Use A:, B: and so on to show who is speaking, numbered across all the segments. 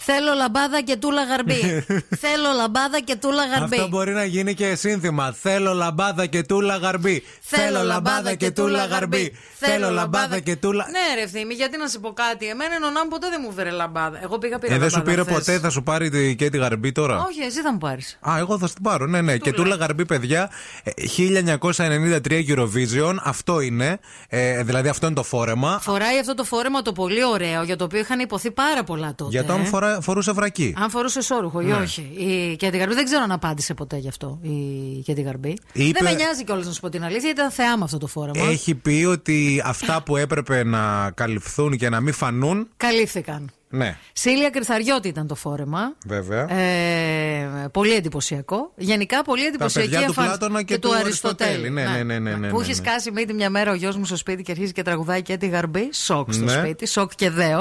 A: Θέλω λαμπάδα και τούλα γαρμπή. Θέλω λαμπάδα και τούλα γαρμπή.
B: Αυτό μπορεί να γίνει και σύνθημα. Θέλω λαμπάδα και τούλα γαρμπή. Θέλω λαμπάδα και τούλα γαρμπή. Θέλω λαμπάδα και τούλα.
C: Ναι, ρε ευθύμη, γιατί να σου πω κάτι. Εμένα ενώ να ποτέ δεν μου φέρε λαμπάδα. Εγώ πήγα πήρα
B: Ε, δεν σου
C: λαμπάδα
B: πήρε
C: χθες.
B: ποτέ, θα σου πάρει τη- και τη γαρμπή τώρα.
C: Όχι, εσύ θα μου πάρεις.
B: Α, εγώ θα την πάρω. Ναι, ναι. Και τούλα γαρμπή, παιδιά. ε, 1993 Eurovision. Αυτό είναι. Ε, δηλαδή, αυτό είναι το φόρεμα.
C: Φοράει αυτό το φόρεμα το πολύ ωραίο για το οποίο είχαν υποθεί πάρα πολλά τότε.
B: Για το Ναι. αν φορά- φορούσε βρακή.
C: Αν φορούσε όρουχο ή όχι. Η Κέντι Γαρμπή δεν ξέρω αν απάντησε ποτέ γι' αυτό η Κέντι Γαρμπή.
B: Είπε-
C: Δεν με νοιάζει κιόλας να σου πω την αλήθεια, ήταν θεά με αυτό το φόρεμα.
B: Έχει πει ότι αυτά που έπρεπε να καλυφθούν και να μην φανούν.
C: Καλύφθηκαν.
B: Ναι,
C: Σίλια Κρυθαριώτη ήταν το φόρεμα.
B: βέβαια.
C: Ε, πολύ εντυπωσιακό. Γενικά πολύ εντυπωσιακή
B: παιδιά του
C: εμφάνιση-
B: Πλάτωνα και του Αριστοτέλη. Ναι, ναι, ναι, ναι, ναι,
C: που
B: ναι,
C: έχει
B: ναι.
C: σκάσει μύτη μια μέρα ο γιος μου στο σπίτι και αρχίζει και τραγουδάει και τη γαρμπή. Σοκ στο
B: Ναι.
C: σπίτι, σοκ και δέος.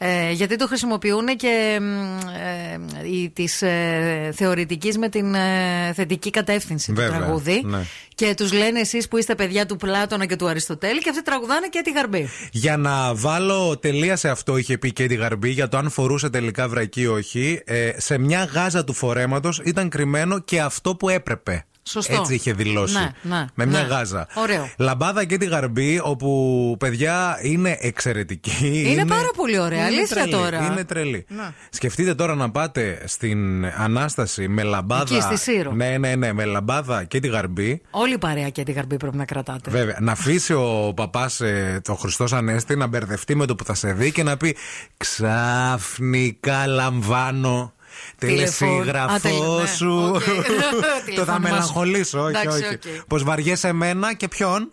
C: Ε, γιατί το χρησιμοποιούν και ε, η, της ε, θεωρητικής με την ε, θετική κατεύθυνση του
B: Βέβαια,
C: τραγούδι
B: ναι.
C: και τους λένε εσείς που είστε παιδιά του Πλάτωνα και του Αριστοτέλη και αυτοί τραγουδάνε και τη γαρμπή.
B: Για να βάλω τελεία σε αυτό, είχε πει και τη Γαρμπή για το αν φορούσε τελικά βρακή ή όχι. Ε, σε μια γάζα του φορέματος ήταν κρυμμένο και αυτό που έπρεπε.
C: Σωστό.
B: Έτσι είχε δηλώσει.
C: Ναι, ναι,
B: με μια
C: ναι.
B: γάζα.
C: Ωραίο.
B: Λαμπάδα και τη Γαρμπή, όπου παιδιά είναι εξαιρετική.
C: Είναι πάρα πολύ ωραία, αλήθεια
B: τρελή,
C: τώρα. Ναι.
B: Είναι τρελή. Σκεφτείτε τώρα να πάτε στην Ανάσταση με λαμπάδα.
C: Εκεί, στη Σύρο.
B: Ναι, ναι, ναι, με λαμπάδα και τη Γαρμπή.
C: Όλη η παρέα και τη γαρμπή πρέπει να κρατάτε.
B: Βέβαια. Να αφήσει ο παπάς ε, το Χριστός Ανέστη να μπερδευτεί με το που θα σε δει και να πει Ξαφνικά λαμβάνω.
C: Τηλεφών- Α, τελε-
B: Τελεσίγραφό
C: ναι,
B: σου.
C: οκ.
B: το θα
C: Τηλεφώνημά
B: μελαγχολήσω.
C: σου.
B: Όχι,
C: Εντάξει,
B: όχι.
C: οκ.
B: Πως βαριέσαι εμένα και ποιον.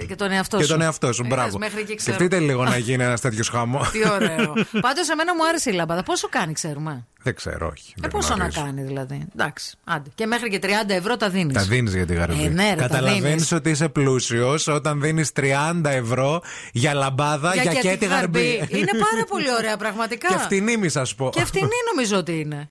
C: Ε, Και τον εαυτό σου.
B: Και τον εαυτό σου.
C: Ε,
B: Μπράβο.
C: Μέχρι εκεί ξέρω.
B: Σκεφτείτε λίγο να γίνει ένας τέτοιος χάμος.
C: Τι ωραίο. Πάντως, εμένα μου άρεσε η λαμπάδα. Πόσο κάνει, ξέρουμε.
B: Δεν ξέρω, όχι.
C: Ε,
B: δεν
C: πόσο να
B: γνωρίζω.
C: κάνει, δηλαδή. Εντάξει, άντε. Και μέχρι και 30 ευρώ τα δίνεις.
B: Τα δίνεις για τη γαρμπή.
C: Ε, ναι, ρε, τα
B: Καταλαβαίνεις
C: δίνεις.
B: ότι είσαι πλούσιος όταν δίνεις 30 ευρώ για λαμπάδα για, και τη γαρμπή.
C: Είναι πάρα πολύ ωραία, πραγματικά.
B: Και φτηνή, μη σας πω.
C: Και φτηνή νομίζω ότι είναι.